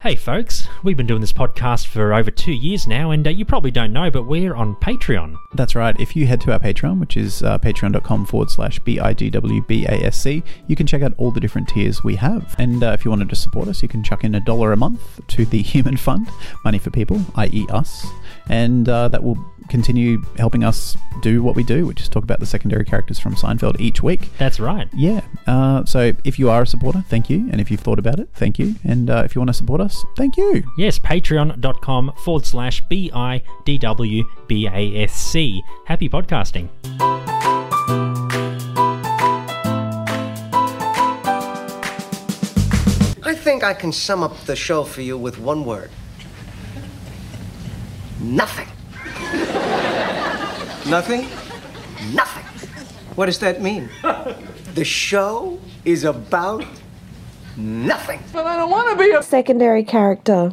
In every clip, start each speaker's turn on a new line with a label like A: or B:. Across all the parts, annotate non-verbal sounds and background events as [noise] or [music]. A: Hey, folks, we've been doing this podcast for over two years now, and uh, you probably don't know, but we're on Patreon.
B: That's right. If you head to our Patreon, which is uh, patreon.com forward slash B-I-G-W-B-A-S-C, you can check out all the different tiers we have. And uh, if you wanted to support us, you can chuck in a dollar a month to the [laughs] Human Fund, money for people, i.e. us. And uh, that will continue helping us do what we do, which is talk about the secondary characters from Seinfeld each week.
A: That's right.
B: Yeah. Uh, so if you are a supporter, thank you. And if you've thought about it, thank you. And uh, if you want to support us, thank you.
A: Yes, patreon.com forward slash B I D W B A S C. Happy podcasting.
C: I think I can sum up the show for you with one word. Nothing.
D: Nothing?
C: Nothing.
D: What does that mean?
C: The show is about nothing.
E: secondary character.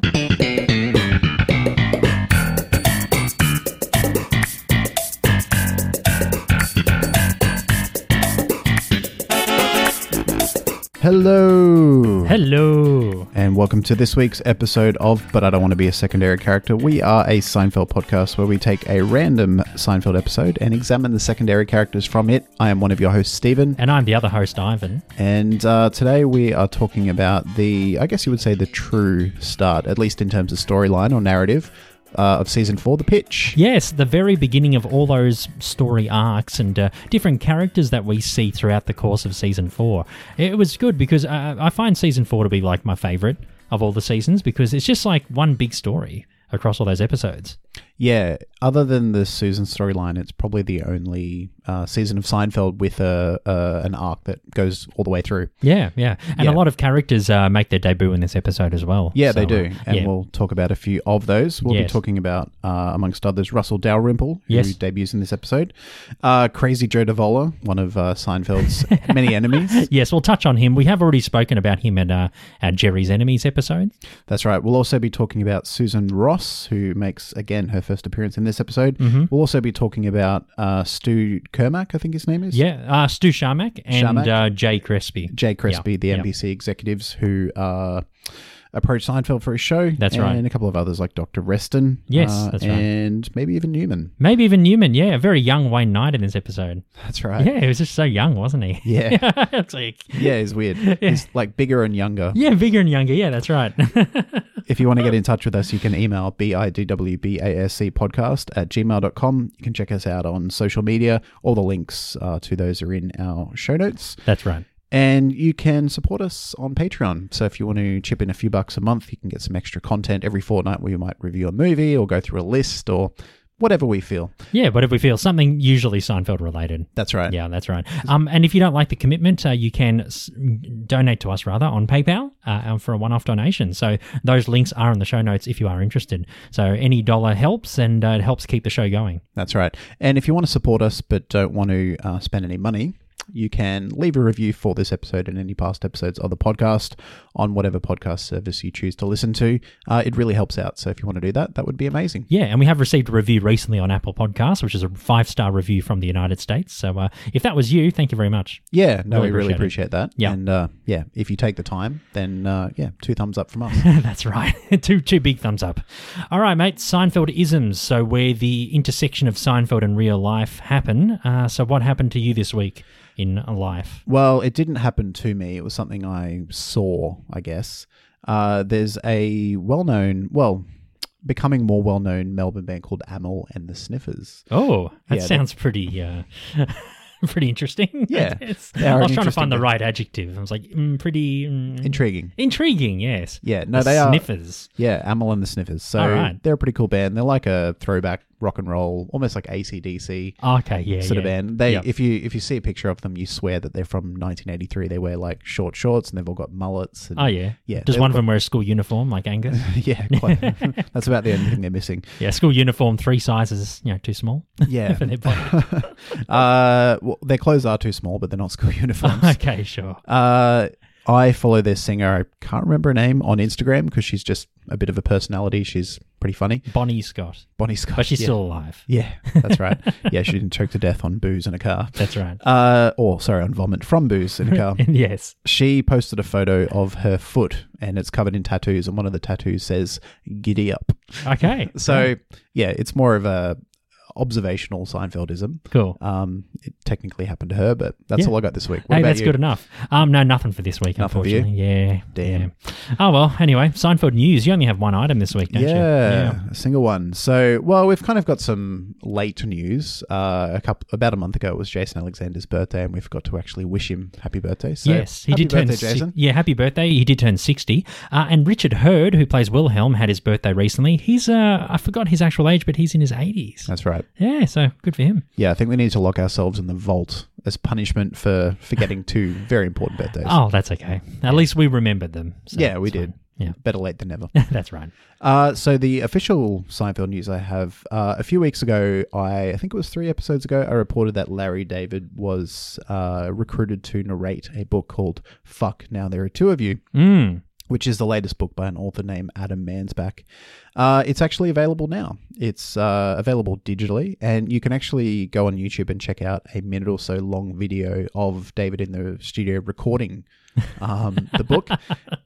B: Hello.
A: Hello.
B: And welcome to this week's episode of But I Don't Want to Be a Secondary Character. We are a Seinfeld podcast where we take a random Seinfeld episode and examine the secondary characters from it. I am one of your hosts, Stephen.
A: And I'm the other host, Ivan.
B: And uh, today we are talking about the, I guess you would say, the true start, at least in terms of storyline or narrative uh, of season four, The Pitch.
A: Yes, the very beginning of all those story arcs and uh, different characters that we see throughout the course of season four. It was good because uh, I find season four to be like my favorite of all the seasons because it's just like one big story across all those episodes.
B: Yeah, other than the Susan storyline, it's probably the only uh, season of Seinfeld with a, a an arc that goes all the way through.
A: Yeah, yeah. And
B: Yeah.
A: a lot of characters uh, make their debut in this episode as well.
B: Yeah,
A: So,
B: they do.
A: uh,
B: And
A: yeah.
B: we'll talk about a few of those. We'll be
A: Yes.
B: talking about, uh, amongst others, Russell Dalrymple, who
A: Yes.
B: debuts in this episode, uh, Crazy Joe Davola, one of uh, Seinfeld's [laughs]
A: [laughs]
B: many enemies.
A: Yes, we'll touch on him. We have already spoken about him in uh, our Jerry's Enemies episode.
B: That's right. We'll also be talking about Susan Ross, who makes, again, her first appearance in this episode.
A: Mm-hmm.
B: We'll also be talking about uh, Stu Kermack, I think his name is.
A: Yeah, uh, Stu Sharmack and
B: Sharmack.
A: Uh, Jay Crespi.
B: Jay Crespi,
A: Yeah,
B: the
A: yeah.
B: NBC executives who uh, approached Seinfeld for his show.
A: That's
B: and
A: right.
B: a couple of others like Dr. Reston. uh,
A: Yes, that's right.
B: And maybe even Newman. [laughs]
A: Maybe even Newman. Yeah, a very young Wayne Knight in this episode.
B: That's right.
A: Yeah, he was just so young, wasn't he?
B: Yeah.
A: [laughs] it's like,
B: Yeah, he's weird. He's like bigger and younger.
A: yeah, bigger and younger. Yeah, that's right. [laughs]
B: If you want to get in touch with us, you can email bidwbasc podcast at gmail.com. You can check us out on social media. All the links uh, to those are in our show notes.
A: that's right.
B: And you can support us on Patreon. So if you want to chip in a few bucks a month, you can get some extra content every fortnight where you might review a movie or go through a list or whatever we feel.
A: Yeah, but if we feel something usually Seinfeld related.
B: That's right.
A: Yeah, that's right. Um, and if you don't like the commitment, uh, you can s- donate to us rather on PayPal uh, um, for a one-off donation. So those links are in the show notes if you are interested. So any dollar helps, and uh, it helps keep the show going.
B: That's right. And if you want to support us but don't want to uh, spend any money, you can leave a review for this episode and any past episodes of the podcast on whatever podcast service you choose to listen to. Uh, it really helps out. So if you want to do that, that would be amazing.
A: Yeah, and we have received a review recently on Apple Podcasts, which is a five-star review from the United States. So uh, if that was you, thank you very much. [laughs]
B: Yeah, no,
A: Really
B: we really
A: appreciate
B: appreciate that.
A: Yeah.
B: And uh, yeah, if you take the time, then uh, yeah, two thumbs up from us.
A: [laughs] That's right. two two big thumbs up. All right, mate. Seinfeld isms. So where the intersection of Seinfeld and real life happen. Uh, so what happened to you this week in life?
B: Well, it didn't happen to me. It was something I saw, I guess. Uh, there's a well known, well, becoming more well known Melbourne band called Amel and the Sniffers.
A: Oh, that
B: Yeah, that-
A: sounds pretty. Uh, [laughs] pretty interesting. [laughs]
B: Yeah,
A: I, guess.
B: they are
A: I was trying to
B: an interesting
A: find the
B: band.
A: right adjective. I was like, mm, pretty mm,
B: Intriguing.
A: intriguing. Yes.
B: Yeah, no,
A: The
B: they are-
A: sniffers.
B: Yeah, Amel and the Sniffers. So
A: All right.
B: they're a pretty cool band. They're like a throwback rock and roll, almost like ACDC.
A: Okay. Oh, Yeah.
B: Sort of
A: yeah.
B: band. They,
A: Yep.
B: if you if you see a picture of them, you swear that they're from 1983. They wear like short shorts, and they've all got mullets. And
A: Oh yeah.
B: yeah.
A: Does
B: they've
A: one of
B: got-
A: them wear a school uniform like Angus?
B: [laughs] Yeah,
A: [laughs]
B: quite, that's about the only thing they're missing.
A: yeah. School uniform, three sizes. You know, too small. [laughs]
B: Yeah,
A: for their body.
B: [laughs]
A: [laughs]
B: Uh, well, their clothes are too small, but they're not school [laughs] uniforms.
A: okay. Sure.
B: uh, I follow their singer. I can't remember her name on Instagram because she's just a bit of a personality. She's pretty funny.
A: Bonnie Scott.
B: Bonnie Scott.
A: But she's
B: yeah.
A: still alive.
B: Yeah, that's right. yeah, she didn't choke to death on booze in a car.
A: [laughs] That's right.
B: Uh, or sorry, on vomit from booze in
A: [laughs]
B: a car.
A: yes.
B: she posted a photo of her foot, and it's covered in tattoos, and one of the tattoos says "Giddy up." [laughs]
A: Okay.
B: So yeah, it's more of a observational Seinfeldism.
A: Cool.
B: Um, it technically happened to her, but that's
A: Yeah.
B: all I got this week. What
A: Hey,
B: about
A: that's
B: you?
A: good enough. Um, no, nothing for this week,
B: Nothing for you?
A: unfortunately. Yeah.
B: Damn.
A: yeah. Oh well. Anyway, Seinfeld news. You only have one item this week, don't
B: yeah,
A: you?
B: a single one. So, well, we've kind of got some late news. Uh, a couple about a month ago, it was Jason Alexander's birthday, and we forgot to actually wish him happy birthday. So,
A: yes, he
B: happy
A: did turn.
B: birthday,
A: si-
B: Jason.
A: yeah, happy birthday. He did turn sixty. Uh, and Richard Hurd, who plays Wilhelm, had his birthday recently. He's uh, I forgot his actual age, but he's in his eighties.
B: That's right.
A: Yeah, so good for him.
B: Yeah, I think we need to lock ourselves in the vault as punishment for
A: [laughs]
B: forgetting two very important birthdays.
A: Oh, that's okay. At least we remembered them. so
B: yeah, we
A: it's
B: did.
A: fine. Yeah,
B: Better late than never.
A: [laughs] that's right.
B: Uh, so the official Seinfeld news I have uh, a few weeks ago, I, I think it was three episodes ago, I reported that Larry David was uh, recruited to narrate a book called "Fuck Now There Are Two of You,"
A: Mm.
B: which is the latest book by an author named Adam Mansbach. Uh, it's actually available now. It's uh, available digitally, and you can actually go on YouTube and check out a minute or so long video of David in the studio recording um, the book,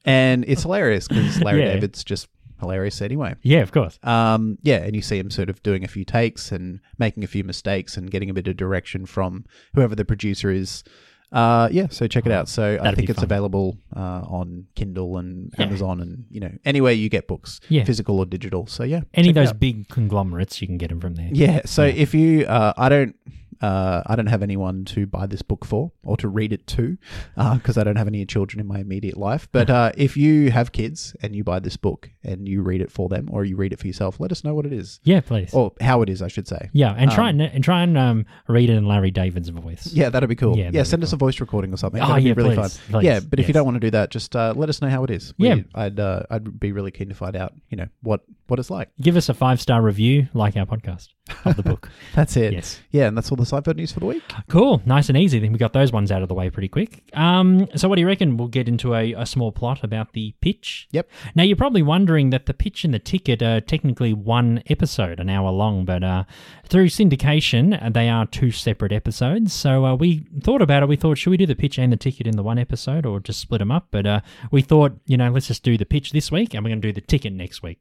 B: and it's hilarious because Larry
A: Yeah.
B: David's just hilarious anyway.
A: Yeah, of course.
B: Um, yeah, and you see him sort of doing a few takes and making a few mistakes and getting a bit of direction from whoever the producer is. Uh, yeah, so check it out. So I
A: That'd
B: think
A: be
B: it's
A: fun.
B: available uh, on Kindle and
A: Yeah.
B: Amazon and you know anywhere you get books,
A: Yeah.
B: physical or digital. So yeah,
A: Any of
B: check it
A: those
B: out.
A: big conglomerates, you can get them from there.
B: Yeah. So if you, uh, I don't, uh, I don't have anyone to buy this book for or to read it to, because I don't have any children in my
A: [laughs]
B: immediate life. But uh, if you have kids and you buy this book and you read it for them or you read it for yourself, let us know what it is
A: Yeah, please.
B: or how it is, I should say.
A: yeah, and try and and try and um, read it in Larry David's voice.
B: Yeah, that'd be cool.
A: Yeah,
B: Yeah,
A: that'd
B: send
A: be
B: us a voice recording or something.
A: Oh,
B: That'd
A: yeah,
B: be really
A: please,
B: fun.
A: please,
B: Yeah, but if you
A: yes.
B: don't want to do that, just uh, let us know how it is.
A: Yeah.
B: I'd uh, I'd be really keen to find out. You know what what it's like.
A: Give us a five star review, like our podcast of the book.
B: That's it.
A: Yes.
B: Yeah, and that's all the Seinfeld news for the week.
A: cool, nice and easy. Then we got those ones out of the way pretty quick. Um, so what do you reckon? We'll get into a, a small plot about the pitch.
B: Yep.
A: Now you're probably wondering that the pitch and the ticket are technically one episode, an hour long, but uh, through syndication uh, they are two separate episodes. So uh, we thought about it. We thought, should we do the pitch and the ticket in the one episode, or just split them up? But uh, we thought, you know, let's just do the pitch this week, and we're going to do the ticket next week.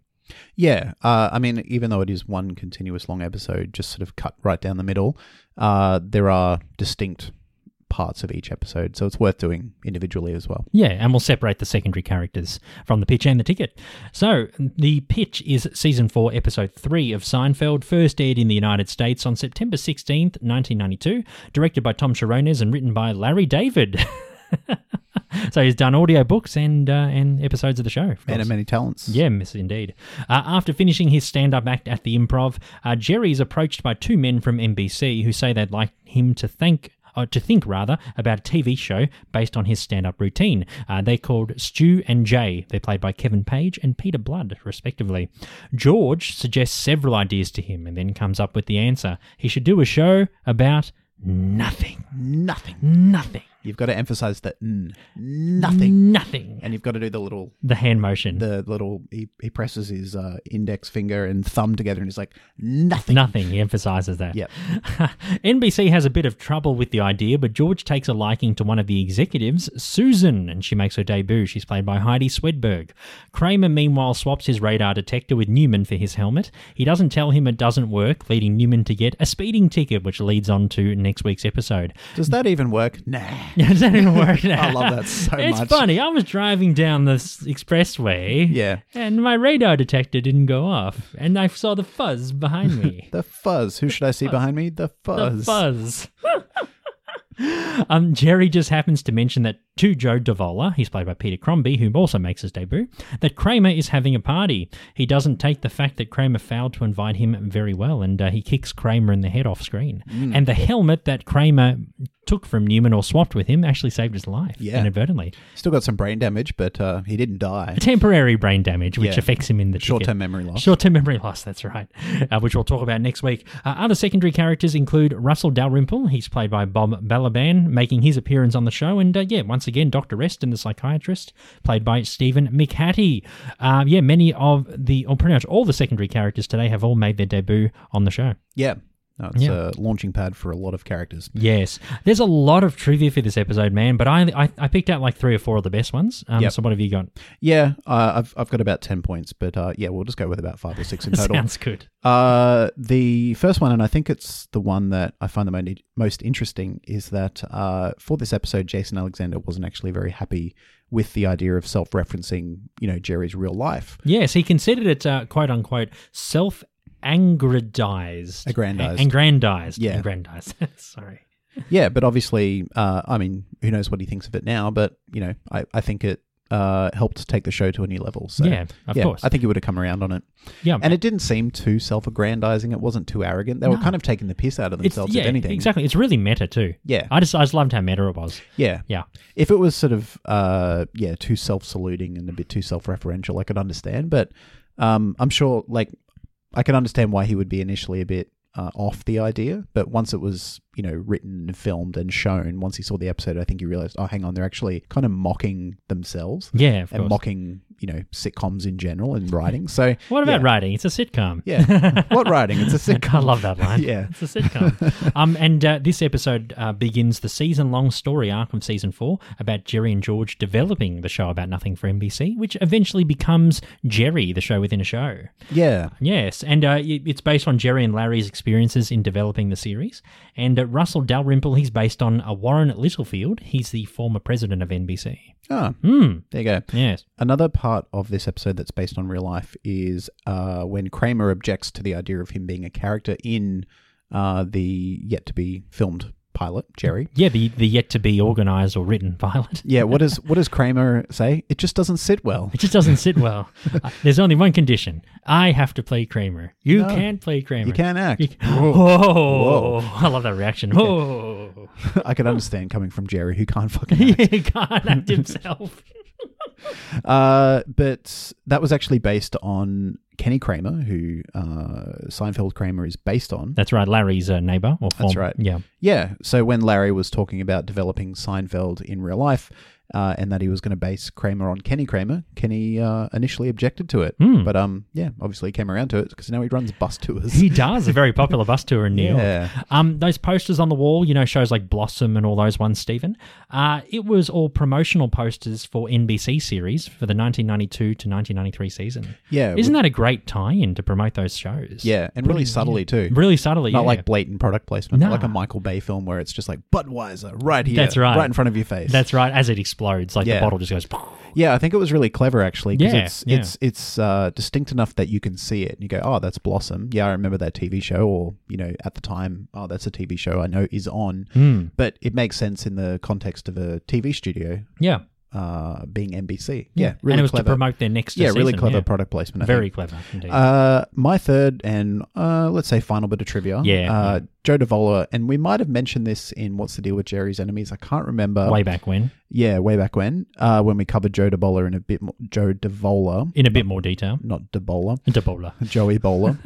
B: Yeah, uh, I mean, even though it is one continuous long episode, just sort of cut right down the middle, uh, there are distinct parts of each episode, so it's worth doing individually as well.
A: Yeah, and we'll separate the secondary characters from the pitch and the ticket. So, the pitch is season 4, episode 3 of Seinfeld, first aired in the United States on September 16th, 1992, directed by Tom Sharones and written by Larry David. [laughs] so, he's done audio books and uh, and episodes of the show. of
B: Man
A: course.
B: of many talents.
A: Yeah, miss indeed. Uh, after finishing his stand up act at the improv, uh, Jerry is approached by two men from NBC who say they'd like him to thank. Uh, to think rather about a TV show based on his stand up routine. Uh, they called Stu and Jay. They're played by Kevin Page and Peter Blood, respectively. George suggests several ideas to him and then comes up with the answer. He should do a show about nothing.
B: Nothing.
A: Nothing.
B: You've got to emphasize that mm, nothing.
A: Nothing.
B: And you've got to do the little
A: The hand motion.
B: the little he, he presses his uh, index finger and thumb together and he's like nothing
A: Nothing. He emphasizes that. [laughs]
B: Yep.
A: NBC has a bit of trouble with the idea, but George takes a liking to one of the executives, Susan, and she makes her debut. She's played by Heidi Swedberg. Kramer, meanwhile, swaps his radar detector with Newman for his helmet. He doesn't tell him it doesn't work, leading Newman to get a speeding ticket, which leads on to next week's episode. [laughs]
B: does that even work nah
A: Does that even work?
B: [laughs] I love that so
A: it's
B: much.
A: funny. I was driving down the s- expressway.
B: Yeah.
A: And my radar detector didn't go off, and I saw the fuzz behind
B: [laughs]
A: me.
B: the fuzz who should i see behind me the
A: The
B: fuzz
A: fuzz.
B: [laughs]
A: [laughs] um, Jerry just happens to mention that to Joe Davola, he's played by Peter Crombie, who also makes his debut, that Kramer is having a party. He doesn't take the fact that Kramer failed to invite him very well, and uh, he kicks Kramer in the head off screen.
B: Mm.
A: And the helmet that Kramer took from Newman or swapped with him actually saved his life
B: Yeah.
A: inadvertently.
B: still got some brain damage but uh, he didn't [laughs] die
A: Temporary brain damage, which
B: Yeah.
A: affects him in the ticket.
B: short-term memory loss
A: Short-term memory loss, that's right, uh, which we'll talk about next week. Uh, other secondary characters include Russell Dalrymple. He's played by Bob Balaban, making his appearance on the show. And uh, yeah, once again, Dr. Reston, the psychiatrist, played by Stephen McHattie. Um, yeah, many of the, or pretty much all the secondary characters today have all made their debut on the show.
B: Yeah. No, it's
A: Yeah.
B: a launching pad for a lot of characters.
A: Yes, there's a lot of trivia for this episode, man. But I, I, I picked out like three or four of the best ones. Um,
B: Yep.
A: So what have you got?
B: Yeah, uh, I've, I've got about 10 points, but uh, yeah, we'll just go with about five or [laughs] six in
A: [laughs]
B: total.
A: Sounds good.
B: Uh, the first one, and I think it's the one that I find the mo- most interesting, is that uh, for this episode, Jason Alexander wasn't actually very happy with the idea of self-referencing, you know, Jerry's real life.
A: [laughs] Yes, he considered it uh, quote unquote self aggrandized.
B: Aggrandized.
A: Aggrandized.
B: Yeah.
A: Aggrandized. [laughs] Sorry.
B: Yeah, but obviously, uh, I mean, who knows what he thinks of it now? But you know, I, I think it uh, helped take the show to a new level. So
A: Yeah, of course.
B: I think he would have come around on it.
A: Yeah.
B: and it didn't seem too self-aggrandizing. It wasn't too arrogant. They were kind of taking the piss out of
A: It's-
B: themselves,
A: yeah,
B: if anything.
A: exactly. It's really meta too.
B: Yeah.
A: I just I just loved how meta it was.
B: Yeah,
A: Yeah.
B: If it was sort of uh, yeah, too self-saluting and a bit too self-referential, I could understand. But um, I'm sure, like, I can understand why he would be initially a bit uh, off the idea. But once it was, you know, written, and filmed, and shown, once he saw the episode, I think he realized, oh, hang on, they're actually kind of mocking themselves
A: Yeah. Of
B: and
A: course.
B: mocking, you know, sitcoms in general and writing. So
A: what about
B: yeah.
A: writing? It's a sitcom.
B: Yeah, what writing? It's a
A: [laughs]
B: sitcom.
A: I love that line.
B: [laughs] Yeah.
A: it's a
B: [laughs]
A: sitcom. um, and uh, this episode uh, begins the season-long story arc from season four about Jerry and George developing the show about nothing for NBC, which eventually becomes Jerry, the show within a show.
B: Yeah,
A: Yes, and uh, it- it's based on Jerry and Larry's experiences in developing the series. And uh, Russell Dalrymple, he's based on uh, Warren Littlefield. He's the former president of NBC.
B: ah,
A: Hmm.
B: there you go.
A: Yes.
B: Another part of this episode that's based on real life is uh, when Kramer objects to the idea of him being a character in uh, the yet to be filmed pilot, Jerry.
A: Yeah, the, the yet to be organized or written pilot. [laughs]
B: Yeah, what does what does Kramer say? It just doesn't sit well.
A: It just doesn't sit well. Uh, there's only one condition I have to play Kramer. You
B: No.
A: can't play Kramer.
B: You can't act. [laughs]
A: You- Whoa. I love that reaction. [laughs] Whoa.
B: I can understand coming from Jerry, who can't fucking act.
A: he can't act himself.
B: Uh, but that was actually based on Kenny Kramer, who uh, Seinfeld Kramer is based on.
A: That's right, Larry's uh, neighbor or former.
B: right.
A: Yeah.
B: Yeah. So when Larry was talking about developing Seinfeld in real life, uh, and that he was going to base Kramer on Kenny Kramer, Kenny uh, initially objected to it,
A: Hmm.
B: but um, yeah, obviously he came around to it because now he runs bus tours.
A: He does a very popular bus tour in New
B: Yeah.
A: York. Um, those posters on the wall, you know, shows like Blossom and all those ones, Stephen. Uh, it was all promotional posters for NBC series for the 1992 to 1993 season.
B: Yeah,
A: isn't that a great tie-in to promote those shows?
B: [laughs] yeah, and really subtly too.
A: really subtly.
B: Not
A: yeah.
B: like blatant product placement, but
A: Nah.
B: like a Michael Bay film where it's just like Budweiser right here,
A: That's right.
B: right in front of your face.
A: that's right. As it explodes, like the
B: Yeah.
A: bottle just goes. [laughs]
B: yeah. I think it was really clever actually because
A: Yeah,
B: it's
A: yeah.
B: it's it's uh, distinct enough that you can see it and you go, oh, that's Blossom. Yeah, I remember that TV show, or you know, at the time, oh, that's a TV show I know is on.
A: Hmm.
B: but it makes sense in the context of a TV studio
A: Yeah,
B: uh, being NBC. Yeah, really
A: and it was
B: clever.
A: to promote their next.
B: yeah, really
A: season,
B: clever
A: yeah.
B: product placement. I
A: Very
B: think.
A: clever indeed.
B: Uh, my third and uh, let's say final bit of trivia.
A: Yeah.
B: uh, Joe Davola, and we might have mentioned this in "What's the Deal with Jerry's Enemies." I can't remember.
A: Way back when,
B: yeah, way back when, uh, when we covered Joe Davola in a bit more. Joe Davola,
A: in a bit more detail.
B: not Davola.
A: Debola. [laughs]
B: Joey Bowler.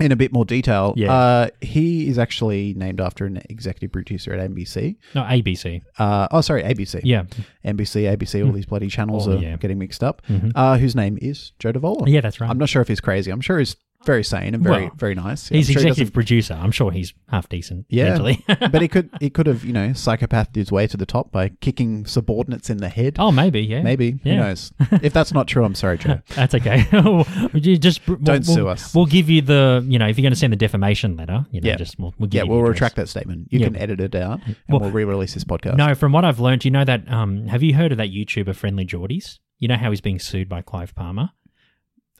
B: In a bit more detail,
A: Yeah.
B: uh, he is actually named after an executive producer at NBC.
A: No, ABC.
B: Uh, oh, sorry, ABC.
A: Yeah,
B: NBC, ABC, all these bloody channels
A: Oh,
B: are
A: yeah. Mm-hmm.
B: getting mixed up. Uh, whose name is Joe Davola?
A: Yeah, that's right.
B: I'm not sure if he's crazy. I'm sure he's very sane and very
A: Well,
B: very nice. Yeah,
A: he's
B: I'm sure he
A: executive producer. I'm sure he's half decent.
B: doesn't-
A: mentally. [laughs]
B: Yeah, but he could he could have you know psychopathed his way to the top by kicking subordinates in the head.
A: Oh, maybe, yeah.
B: Maybe
A: Yeah.
B: who knows? if that's not true, I'm sorry, Joe.
A: That's okay. You just we'll,
B: Don't
A: we'll-
B: sue us.
A: We'll give you the, you know, if you're going to send the defamation letter, you know,
B: Yeah.
A: just [laughs] we'll, we'll give
B: Yeah,
A: you the
B: we'll
A: address.
B: retract that statement. You
A: Yeah.
B: can edit it out, and
A: Well,
B: we'll, re-release this podcast.
A: No, from what I've learned, you know that. Um, have you heard of that YouTuber Friendly Geordies? You know how he's being sued by Clive Palmer.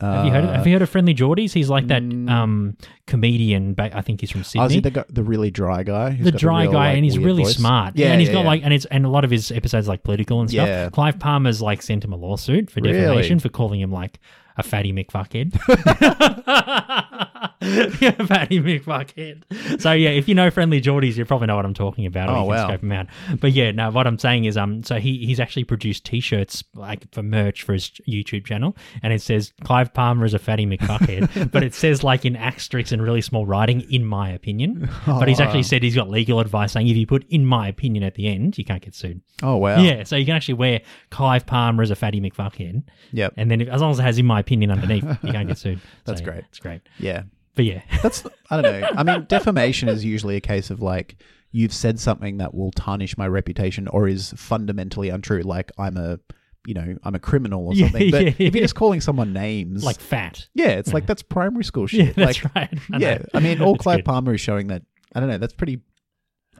A: Have you heard? Of, have you heard of Friendly Geordies? He's like that
B: Mm.
A: um comedian. Ba- I think he's from Sydney.
B: Oh, is he the, gu- the really dry guy? who's
A: the
B: got
A: dry
B: real,
A: guy,
B: like,
A: and he's
B: weird
A: really
B: voice?
A: smart.
B: Yeah,
A: and he's
B: yeah,
A: got
B: yeah.
A: like, and it's and a lot of his episodes like political and stuff.
B: Yeah.
A: Clive Palmer's like sent him a lawsuit for
B: Really?
A: defamation for calling him like a fatty McFuckhead. [laughs] yeah, fatty McFuckhead. So yeah, if you know friendly Geordies, you probably know what I'm talking about. or
B: Oh,
A: you can
B: wow.
A: scope 'em out. But yeah, no, what I'm saying is, um, so he he's actually produced T-shirts like for merch for his YouTube channel, and it says Clive Palmer is a fatty
B: [laughs]
A: McFuckhead, but it says like in asterisks and really small writing, in my opinion.
B: Oh,
A: but he's actually said he's got legal advice saying if you put in my opinion at the end, you can't get sued.
B: Oh wow.
A: Yeah, so you can actually wear Clive Palmer as a fatty McFuckhead.
B: Yep.
A: And then if, as long as it has in my opinion underneath, you can't get sued.
B: [laughs] That's
A: So,
B: great.
A: It's great.
B: Yeah.
A: But yeah. [laughs]
B: That's I don't know. I mean, defamation is usually a case of like you've said something that will tarnish my reputation or is fundamentally untrue. Like I'm a, you know, I'm a criminal
A: [laughs]
B: or
A: Yeah,
B: something. But
A: yeah,
B: if
A: yeah.
B: you're just calling someone names,
A: like fat. [laughs]
B: yeah, it's like that's primary school shit.
A: Yeah, that's
B: like,
A: right. I know.
B: yeah,
A: [laughs]
B: I mean, all
A: It's
B: Clive
A: good.
B: Palmer is showing that. I don't know. That's pretty.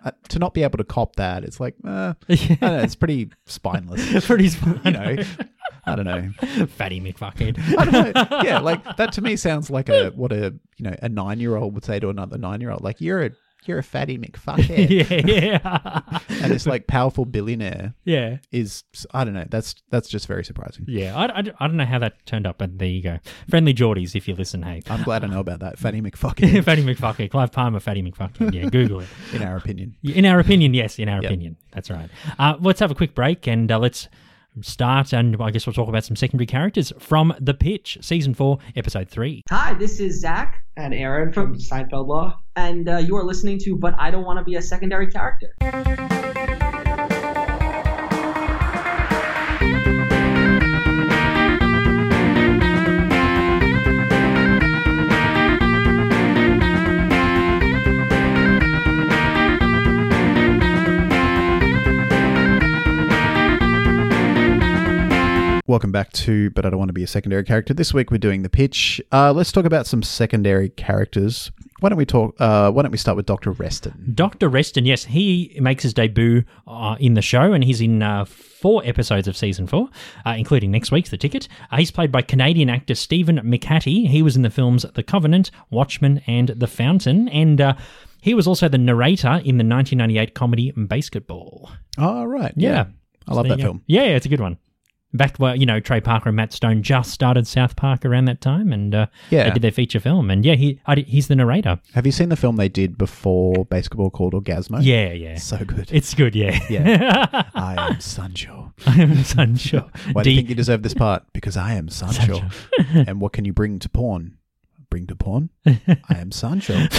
B: Uh, to not be able to cop that, it's like,
A: [laughs]
B: uh, I don't know, it's pretty spineless.
A: Pretty smart.
B: [laughs] You know, I don't know.
A: [laughs] fatty McFuckhead.
B: I don't know. Yeah, like that to me sounds like a what a you know a nine year old would say to another nine year old. Like you're a you're a
A: [laughs]
B: fatty McFuckhead,
A: [laughs] yeah, [laughs] yeah.
B: and this like powerful billionaire
A: yeah.
B: is I don't know. That's that's just very surprising.
A: Yeah, I, I, I don't know how that turned up, but there you go. Friendly Geordies, if you listen, hey.
B: I'm glad I know about
A: [laughs]
B: that fatty McFuckhead.
A: Fatty McFuckhead, Clive Palmer, Fatty McFuckhead. Yeah, Google
B: [laughs]
A: it.
B: in our opinion,
A: In our opinion, yes, in our opinion. That's right. Uh, let's have a quick break and uh, let's start, and I guess we'll talk about some secondary characters from The Pitch, Season 4, Episode 3.
F: Hi, this is Zach and Aaron from Seinfeld Law, and uh, you are listening to But I Don't Want to Be a Secondary Character.
B: welcome back to. But I don't want to be a secondary character. This week we're doing the pitch. Uh, let's talk about some secondary characters. Why don't we talk? Uh, why don't we start with Doctor Reston?
A: Dr. Reston, yes, he makes his debut uh, in the show, and he's in uh, four episodes of season four, uh, including next week's The Ticket. Uh, he's played by Canadian actor Stephen McCarty. He was in the films The Covenant, Watchmen, and The Fountain, and uh, he was also the narrator in the 1998 comedy Basketball.
B: Oh right, yeah,
A: Yeah.
B: I love
A: There
B: that
A: you go.
B: film.
A: Yeah, it's a good one. Back where you know Trey Parker and Matt Stone just started South Park around that time, and uh,
B: Yeah.
A: they did their feature film, and yeah, he I, did- he's the narrator.
B: Have you seen the film they did before Basketball called Orgasmo?
A: Yeah, yeah,
B: so good.
A: it's good. Yeah,
B: [laughs] Yeah. I am Sancho.
A: [laughs] I'm unsure.
B: [laughs] Why do you
A: D-
B: think you deserve this part? Because I am Sancho.
A: [laughs]
B: and what can you bring to porn? Bring to porn? I
A: [laughs]
B: am Sancho. [laughs]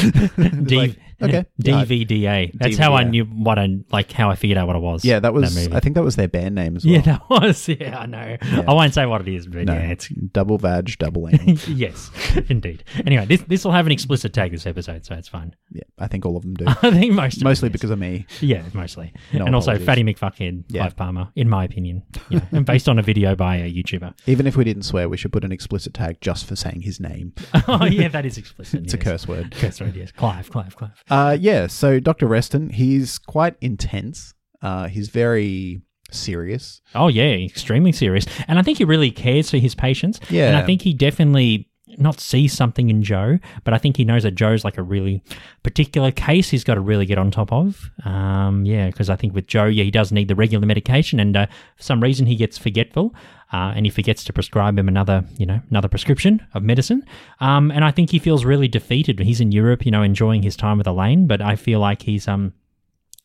A: D-
B: Like, okay.
A: [laughs]
B: Yeah, I-
A: DVDA. That's how I
B: DVDA.
A: knew what I like. How I figured out what it was.
B: yeah, that was.
A: movie.
B: I think that was their band name as
A: [laughs]
B: well.
A: yeah, that was. Yeah, I know. I won't say what it is, but
B: No,
A: yeah, it's
B: double vag,
A: [laughs]
B: double anal.
A: yes, indeed. Anyway, this this will have an explicit tag this episode, so it's fine. [laughs]
B: yeah, I think all of [laughs] them do.
A: I think most of it
B: Mostly
A: is.
B: because of me.
A: Yeah, mostly.
B: No
A: and also
B: apologies.
A: Fatty McFuckhead,
B: Yeah.
A: Clive Palmer, in my opinion. You know, and based on a video by a
B: [laughs]
A: YouTuber.
B: Even if we didn't swear, we should put an explicit tag just for saying his name.
A: oh, yeah, that is explicit.
B: [laughs] It's a curse [laughs] word.
A: Curse word, yes. Clive, Clive, Clive.
B: Uh, yeah, so Dr. Reston, he's quite intense. Uh, he's very serious.
A: Oh, yeah, extremely serious. And I think he really cares for his patients.
B: Yeah.
A: And I think he definitely not sees something in Joe, but I think he knows that Joe's like a really particular case he's got to really get on top of. Um, yeah, because I think with Joe, yeah, he does need the regular medication, and uh, for some reason he gets forgetful. Uh, and he forgets to prescribe him another, you know, another prescription of medicine. Um, and I think he feels really defeated. He's in Europe, you know, enjoying his time with Elaine, but I feel like he's um,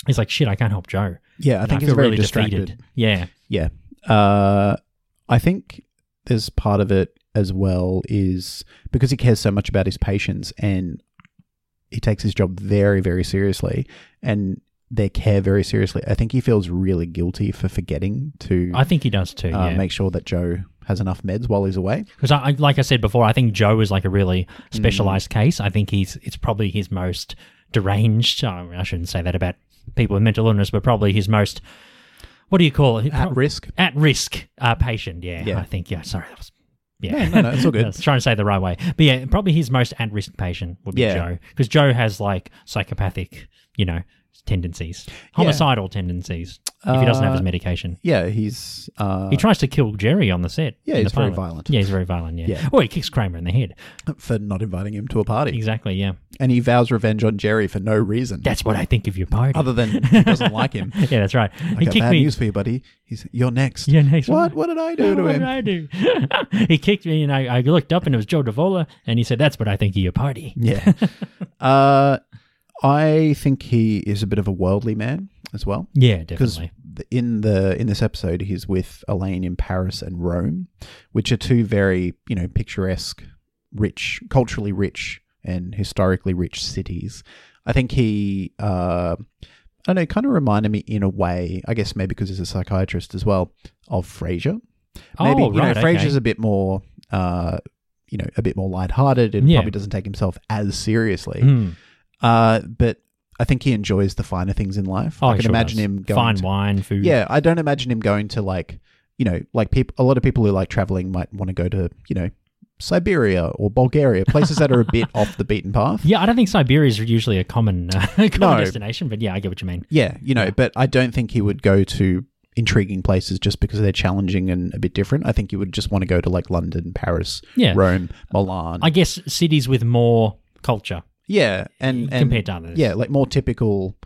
A: he's like, shit, I can't help Joe.
B: Yeah, I
A: And
B: think he's
A: feel
B: very
A: really
B: distracted.
A: defeated. Yeah.
B: Yeah. Uh, I think there's part of it as well is because he cares so much about his patients and he takes his job very, very seriously and their care very seriously. I think he feels really guilty for forgetting to
A: I think he does too.
B: uh,
A: yeah.
B: make sure that Joe has enough meds while he's away.
A: Because I, I, like I said before, I think Joe is like a
B: Mm.
A: really specialized case. I think he's it's probably his most deranged. I, mean, I shouldn't say that about people with mental illness, but probably his most what do you call it?
B: At risk.
A: At risk uh, patient. Yeah,
B: Yeah.
A: I think. Yeah, sorry, that was.
B: No,
A: Yeah,
B: no,
A: [laughs]
B: no, it's all good.
A: I was trying to say it the right way, but yeah, probably his most at-risk patient would be
B: Yeah.
A: Joe because Joe has like psychopathic, you know, tendencies, homicidal tendencies. if he doesn't have his
B: Uh,
A: medication.
B: Yeah, he's. Uh,
A: He tries to kill Jerry on the set.
B: Yeah,
A: in
B: he's
A: the
B: very
A: pilot.
B: violent.
A: Yeah, he's very violent. Yeah.
B: Yeah.
A: Well, he kicks Kramer in the head.
B: for not inviting him to a party.
A: Exactly. Yeah.
B: And he vows revenge on Jerry for no reason.
A: That's what I think of your party.
B: other than he doesn't like him.
A: [laughs] yeah, that's right.
B: I
A: he
B: got
A: kicked
B: bad
A: me.
B: news for you, buddy. He's you're next.
A: Yeah, next.
B: What? What did I do
A: [laughs]
B: to
A: What
B: him?
A: did I do? [laughs] he kicked me, and I, I looked up, and it was Joe Davola, and he said, "That's what I think of your party."
B: Yeah. uh, I think he is a bit of a worldly man as well.
A: Yeah,
B: Because
A: definitely.
B: in the in this episode, he's with Elaine in Paris and Rome, which are two very you know picturesque, rich, culturally rich and historically rich cities. I think he, uh, I don't know, it kind of reminded me in a way. I guess maybe because he's a psychiatrist as well of Frasier. Maybe
A: oh,
B: you
A: right.
B: know,
A: okay.
B: Frasier's a bit more, uh, you know, a bit more lighthearted and
A: Yeah.
B: probably doesn't take himself as seriously.
A: Hmm.
B: Uh, but I think he enjoys the finer things in life.
A: Oh,
B: I
A: he
B: can
A: sure
B: imagine
A: does.
B: him going
A: fine
B: to-
A: wine, food.
B: yeah, I don't imagine him going to like, you know, like people. A lot of people who like traveling might want to go to, you know, Siberia or Bulgaria, places that
A: [laughs]
B: are a bit off the beaten path.
A: Yeah, I don't think Siberia is usually a common, [laughs] uh, common
B: No.
A: destination, but yeah, I get what you mean.
B: Yeah, you know, but I don't think he would go to intriguing places just because they're challenging and a bit different. I think he would just want to go to like London, Paris,
A: Yeah.
B: Rome, Milan.
A: I guess cities with more culture.
B: yeah, and, and
A: Compared to others.
B: yeah, like more typical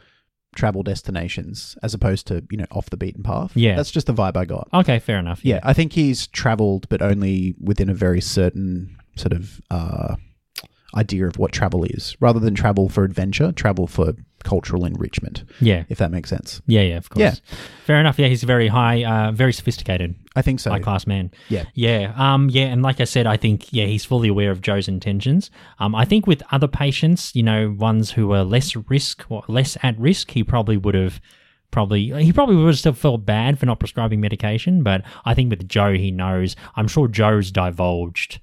B: travel destinations as opposed to you know off the beaten path.
A: Yeah.
B: that's just the vibe I got.
A: Okay, fair enough.
B: Yeah, I think he's traveled, but only within a very certain sort of uh, idea of what travel is, rather than travel for adventure, travel for cultural enrichment,
A: yeah,
B: if that makes sense.
A: yeah, yeah. Of course.
B: Yeah.
A: Fair enough. Yeah, he's a very high, uh, very sophisticated,
B: I think so.
A: high class man.
B: Oh, Yeah.
A: yeah, um, yeah. And like I said, I think yeah, he's fully aware of Joe's intentions. Um, I think with other patients, you know, ones who are less risk or less at risk, he probably would have. Probably he probably would have still felt bad for not prescribing medication, but I think with Joe he knows. I'm sure Joe's divulged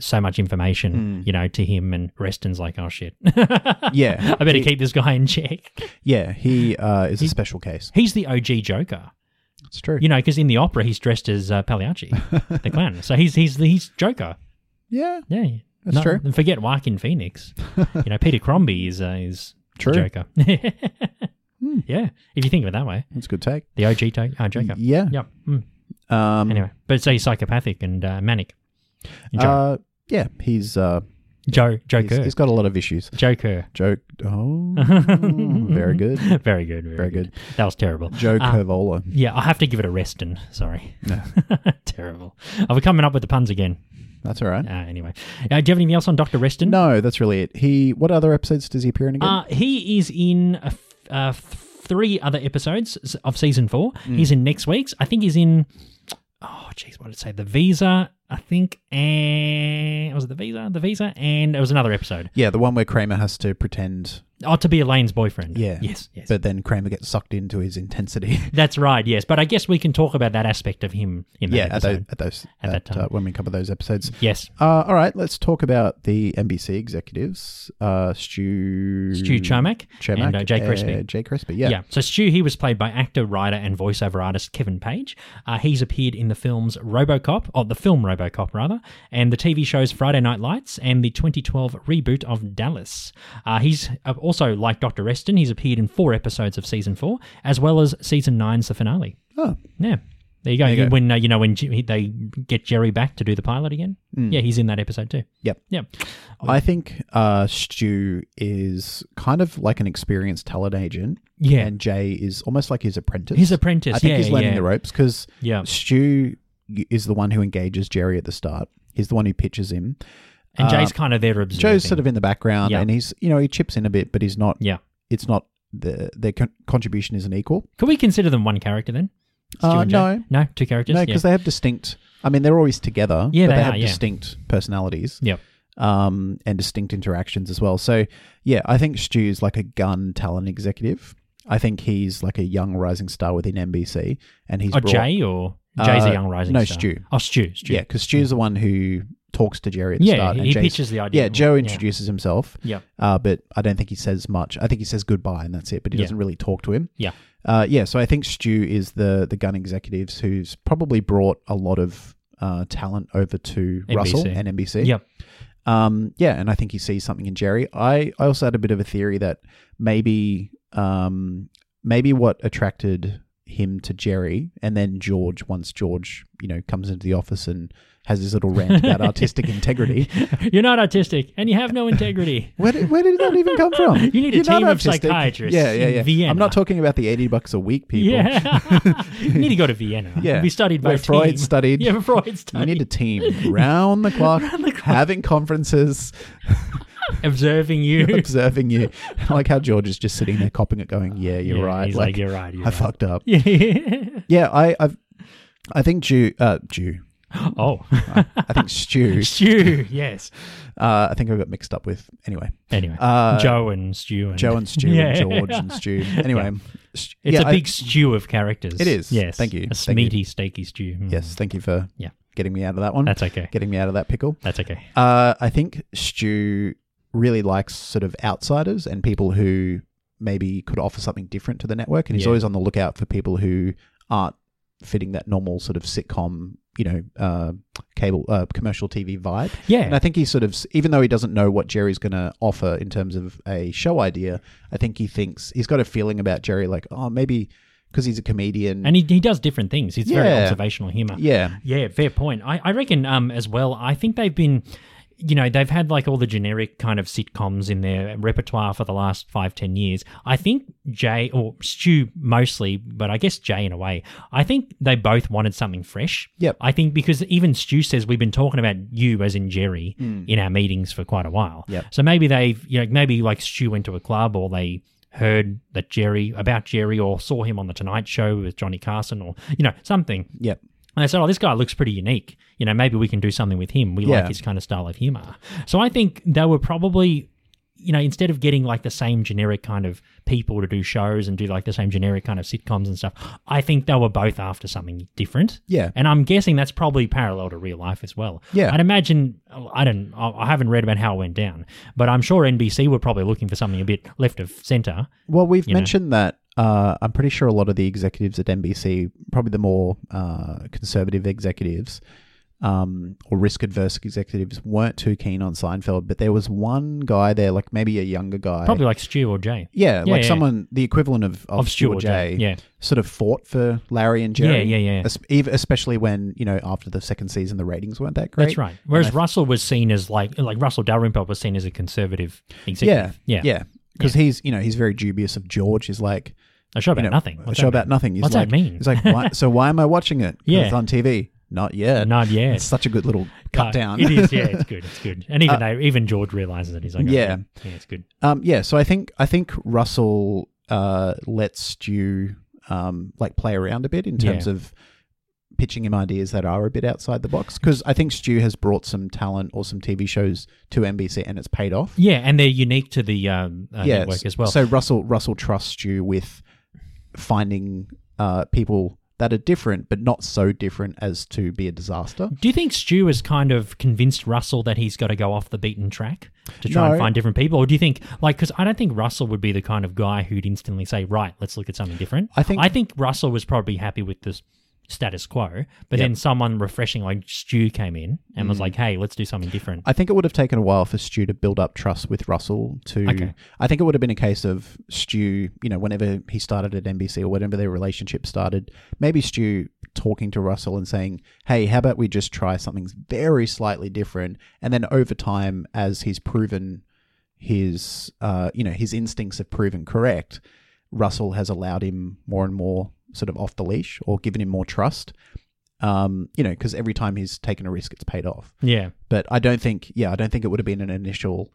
A: so much information, you know, to him, and Reston's like, "Oh shit,
B: Hmm.
A: [laughs]
B: Yeah.
A: I better keep this guy in check."
B: Yeah, he uh, is a special case.
A: He's the OG Joker.
B: It's true.
A: You know, because in the opera he's dressed as uh,
B: [laughs]
A: Pagliacci, the clown. So he's he's he's Joker.
B: yeah,
A: Yeah,
B: That's true.
A: And forget Joaquin Phoenix. you know, Peter Crombie is uh, is the
B: True. Hmm.
A: Joker. [laughs] Yeah, if you think of it that way,
B: that's a good take.
A: the OG to- uh, Joker.
B: Yeah.
A: Yep. Mm.
B: Um,
A: Anyway, but so he's psychopathic and uh, manic. Joe,
B: uh, yeah, he's, uh,
A: Joe
B: he's
A: Joker.
B: he's got a lot of issues.
A: Joker.
B: Joe,
A: [laughs]
B: oh, very good,
A: Very good. Very,
B: Very
A: good. That was terrible.
B: Joe
A: Uh,
B: Curvola.
A: Yeah, I have to give it a Reston. Sorry. [laughs] Terrible. Are we coming up with the puns again?
B: That's all right.
A: Uh, anyway, uh, do you have anything else on Doctor Reston?
B: No, that's really it. He. What other episodes does he appear in again?
A: Uh, he is in uh, f- uh, f- three other episodes s- of season four.
B: Hmm.
A: He's in next week's. I think he's in. Oh, jeez, what did it say? The Visa, I think, and was it the Visa? The Visa, and it was another episode.
B: yeah, the one where Kramer has to pretend
A: Oh, to be Elaine's boyfriend.
B: Yeah.
A: Yes. Yes.
B: But then Kramer gets sucked into his intensity. [laughs]
A: That's right. Yes, but I guess we can talk about that aspect of him in that
B: yeah, at,
A: episode.
B: tho- at those
A: At that
B: Uh,
A: time.
B: when we cover those episodes.
A: Yes.
B: Uh, all right, let's talk about the NBC executives, uh, Stu
A: Stu Chomak
B: Chomak
A: and uh, Jay Crispy.
B: uh, Jay Crispy, yeah.
A: So Stu, he was played by actor, writer, and voiceover artist Kevin Page. Uh, he's appeared in the films RoboCop, or the film RoboCop rather, and the TV shows Friday Night Lights and the 2012 reboot of Dallas. Uh, he's uh, also, like Dr. Reston, he's appeared in four episodes of season four, as well as season nine's the finale.
B: Oh,
A: Yeah. There you go.
B: you go.
A: When uh, you know when J- they get Jerry back to do the pilot again, yeah, he's in that episode too.
B: Hmm. yep.
A: Yeah,
B: I think uh, Stu is kind of like an experienced talent agent.
A: Yeah.
B: And Jay is almost like his apprentice.
A: His apprentice,
B: I think
A: yeah,
B: he's learning
A: yeah.
B: the ropes because
A: Yeah.
B: Stu is the one who engages Jerry at the start. He's the one who pitches him.
A: and
B: Uh,
A: Jay's kind of there observing.
B: Joe's sort of in the background,
A: Yeah.
B: and he's you know he chips in a bit, but he's not.
A: yeah.
B: it's not the their con- contribution isn't equal.
A: Could we consider them one character then? Stu
B: Uh,
A: and Jay?
B: no.
A: no, two characters.
B: no,
A: Yeah.
B: because they have distinct. I mean, they're always together.
A: Yeah,
B: but
A: they
B: they,
A: are,
B: have
A: yeah.
B: distinct personalities.
A: Yep.
B: Um, and distinct interactions as well. So yeah, I think Stu's like a gun talent executive. I think he's like a young rising star within NBC, and he's
A: Oh,
B: brought-
A: Jay or Jay's
B: Uh,
A: a young rising
B: no,
A: star.
B: Stu.
A: Oh, Stu. Stu.
B: Yeah, because Stu's the one who talks to Jerry at the
A: Yeah,
B: start. and
A: he
B: Jay's-
A: pitches the idea
B: Yeah,
A: more,
B: Joe
A: yeah.
B: introduces himself.
A: Yep.
B: Uh, but I don't think he says much. I think he says goodbye and that's it, but he
A: Yeah.
B: doesn't really talk to him.
A: Yeah.
B: Uh, yeah, so I think Stu is the the gun executives who's probably brought a lot of uh, talent over to
A: NBC.
B: Russell and NBC.
A: Yep.
B: Um, yeah, and I think he sees something in Jerry. I, I also had a bit of a theory that maybe um, maybe what attracted him to Jerry, and then George. Once George, you know, comes into the office and has his little rant
A: [laughs]
B: about artistic integrity.
A: You're not autistic and you have no
B: [laughs]
A: integrity.
B: Where did, where did that even come from?
A: [laughs] You need a
B: You're not
A: team of
B: autistic.
A: psychiatrists
B: Yeah, yeah,
A: in
B: yeah.
A: Vienna.
B: I'm not talking about the 80 bucks a week people.
A: Yeah. [laughs] you need to go to Vienna.
B: [laughs] Yeah.
A: Be studied by
B: Where
A: a team.
B: Freud studied.
A: Yeah, Freud
B: You
A: studied.
B: [laughs] need a team round
A: [laughs]
B: the clock, having conferences,
A: Observing you.
B: observing you. [laughs] I like how George is just sitting there copping it, going, "Yeah, you're
A: Yeah,
B: right."
A: He's like, you're right. You're
B: I
A: right.
B: fucked up. Yeah,
A: Yeah.
B: I, I've, I think Jew, uh, Jew.
A: [laughs] oh.
B: I
A: [laughs]
B: think Stew.
A: Stew. Yes.
B: Uh, I think I got mixed up with. Anyway,
A: Anyway.
B: Uh,
A: Joe and Stew. And, [laughs]
B: Joe and Stew
A: Yeah.
B: and
A: [laughs]
B: George and Stew. Anyway, it's
A: It's a big stew of characters.
B: It is.
A: Yes.
B: Thank you.
A: A
B: Thank you.
A: meaty, steaky stew. Mm.
B: yes, thank you for
A: Yeah.
B: getting me out of that one.
A: That's okay.
B: Getting me out of that pickle.
A: That's okay.
B: Uh, I think Stu really likes sort of outsiders and people who maybe could offer something different to the network, and he's
A: Yeah.
B: always on the lookout for people who aren't fitting that normal sort of sitcom, you know, uh, cable uh, commercial TV vibe.
A: Yeah.
B: And I think he sort of, even though he doesn't know what Jerry's going to offer in terms of a show idea, I think he thinks he's got a feeling about Jerry like, oh, maybe because he's a comedian.
A: And he, he does different things. He's very
B: Yeah.
A: observational humor.
B: yeah,
A: Yeah, fair point. I, I reckon um as well, I think they've been you know, they've had like all the generic kind of sitcoms in their repertoire for the last five, ten years. I think Jay or Stu mostly, but I guess Jay in a way, I think they both wanted something fresh.
B: Yep.
A: I think because even Stu says we've been talking about you as in Jerry in our meetings for quite a while.
B: Hmm. Yep.
A: So maybe they've you know, maybe like Stu went to a club or they heard that Jerry about Jerry or saw him on the Tonight Show with Johnny Carson or you know, something.
B: yeah.
A: And they said, "Oh, this guy looks pretty unique. You know, maybe we can do something with him. We like
B: Yeah.
A: his kind of style of humor." So I think they were probably, you know, instead of getting like the same generic kind of people to do shows and do like the same generic kind of sitcoms and stuff, I think they were both after something different.
B: Yeah.
A: and I'm guessing that's probably parallel to real life as well.
B: Yeah.
A: I'd imagine. I don't. I I haven't read about how it went down, but I'm sure NBC were probably looking for something a bit left of center.
B: Well, we've
A: know.
B: mentioned that. Uh, I'm pretty sure a lot of the executives at NBC, probably the more uh, conservative executives um, or risk adverse executives, weren't too keen on Seinfeld. But there was one guy there, like maybe a younger guy,
A: Probably like Stu or Jay.
B: yeah,
A: Yeah,
B: like
A: yeah.
B: someone the equivalent of of,
A: Of Stu or Jay, yeah.
B: sort of fought for Larry and Jerry.
A: Yeah, yeah, yeah.
B: Es- ev- Especially when you know after the second season, the ratings weren't that great.
A: That's right. Whereas Russell was seen as like like Russell Dalrymple was seen as a conservative
B: Yeah,
A: executive.
B: yeah,
A: yeah,
B: yeah. Because he's you know he's very dubious of George. He's like.
A: A show about
B: you know,
A: nothing.
B: A
A: What's
B: show
A: that
B: about
A: mean?
B: nothing. He's
A: What's
B: like,
A: that mean?
B: He's
A: [laughs]
B: like, why, so why am I watching it? 'Cause
A: Yeah.
B: it's on TV. Not yet.
A: Not yet.
B: It's such a good little cut down. Uh,
A: it is. Yeah, it's good. It's good. And even they, even George realizes it. He's like, oh,
B: Yeah.
A: yeah, yeah, it's good.
B: [laughs] um, yeah. So I think I think Russell uh, lets Stu um, like play around a bit in terms
A: Yeah.
B: of pitching him ideas that are a bit outside the box because I think Stu has brought some talent or some TV shows to NBC and it's paid off.
A: Yeah, and they're unique to the um, uh,
B: Yeah,
A: network as well.
B: So Russell Russell trusts you with finding uh, people that are different, but not so different as to be a disaster.
A: do you think Stu has kind of convinced Russell that he's got to go off the beaten track to try
B: No.
A: and find different people, or do you think like because I don't think Russell would be the kind of guy who'd instantly say, "Right, let's look at something different."
B: I think-
A: I think Russell was probably happy with this status quo, but
B: Yep. Mm.
A: then someone refreshing like Stu came in and was like, "Hey, let's do something different."
B: I think it would have taken a while for Stu to build up trust with Russell. To
A: Okay.
B: I think it would have been a case of Stu, you know, whenever he started at NBC or whenever their relationship started, maybe Stu talking to Russell and saying, "Hey, how about we just try something very slightly different?" And then over time, as he's proven his, uh, you know, his instincts have proven correct, Russell has allowed him more and more sort of off the leash or given him more trust. Um, you know, because every time he's taken a risk, it's paid off
A: yeah,
B: but I don't think, yeah, I don't think it would have been an initial.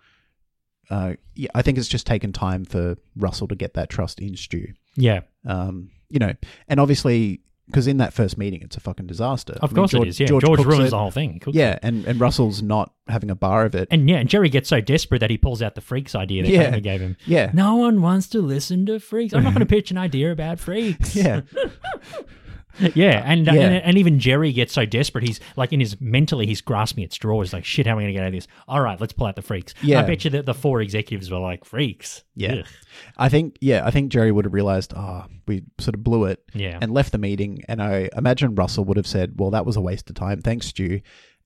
B: Uh, yeah, I think it's just taken time for Russell to get that trust in Stu.
A: yeah,
B: Um, you know, and obviously because in that first meeting, it's a fucking disaster. I
A: of
B: mean,
A: course
B: George-
A: it is. Yeah,
B: George,
A: George,
B: cooks
A: ruins
B: it.
A: the whole thing. Cooks
B: Yeah,
A: it.
B: and and Russell's not having a bar of it.
A: and yeah, and Jerry gets so desperate that he pulls out the freaks idea that
B: Yeah.
A: Kramer gave him.
B: Yeah.
A: no one wants to listen to freaks. I'm not
B: [laughs]
A: going to pitch an idea about freaks.
B: yeah,
A: Yeah, and,
B: Uh,
A: uh,
B: Yeah.
A: and and even Jerry gets so desperate. He's like in his mentally, he's grasping at straws. Like, shit, how am I going to get out of this? All right, let's pull out the freaks.
B: Yeah.
A: I bet you that the four executives were like freaks.
B: yeah.
A: Ugh.
B: I think yeah, I think Jerry would have realized, ah, we sort of blew it.
A: Yeah.
B: and left the meeting. And I imagine Russell would have said, well, that was a waste of time. Thanks, Stu.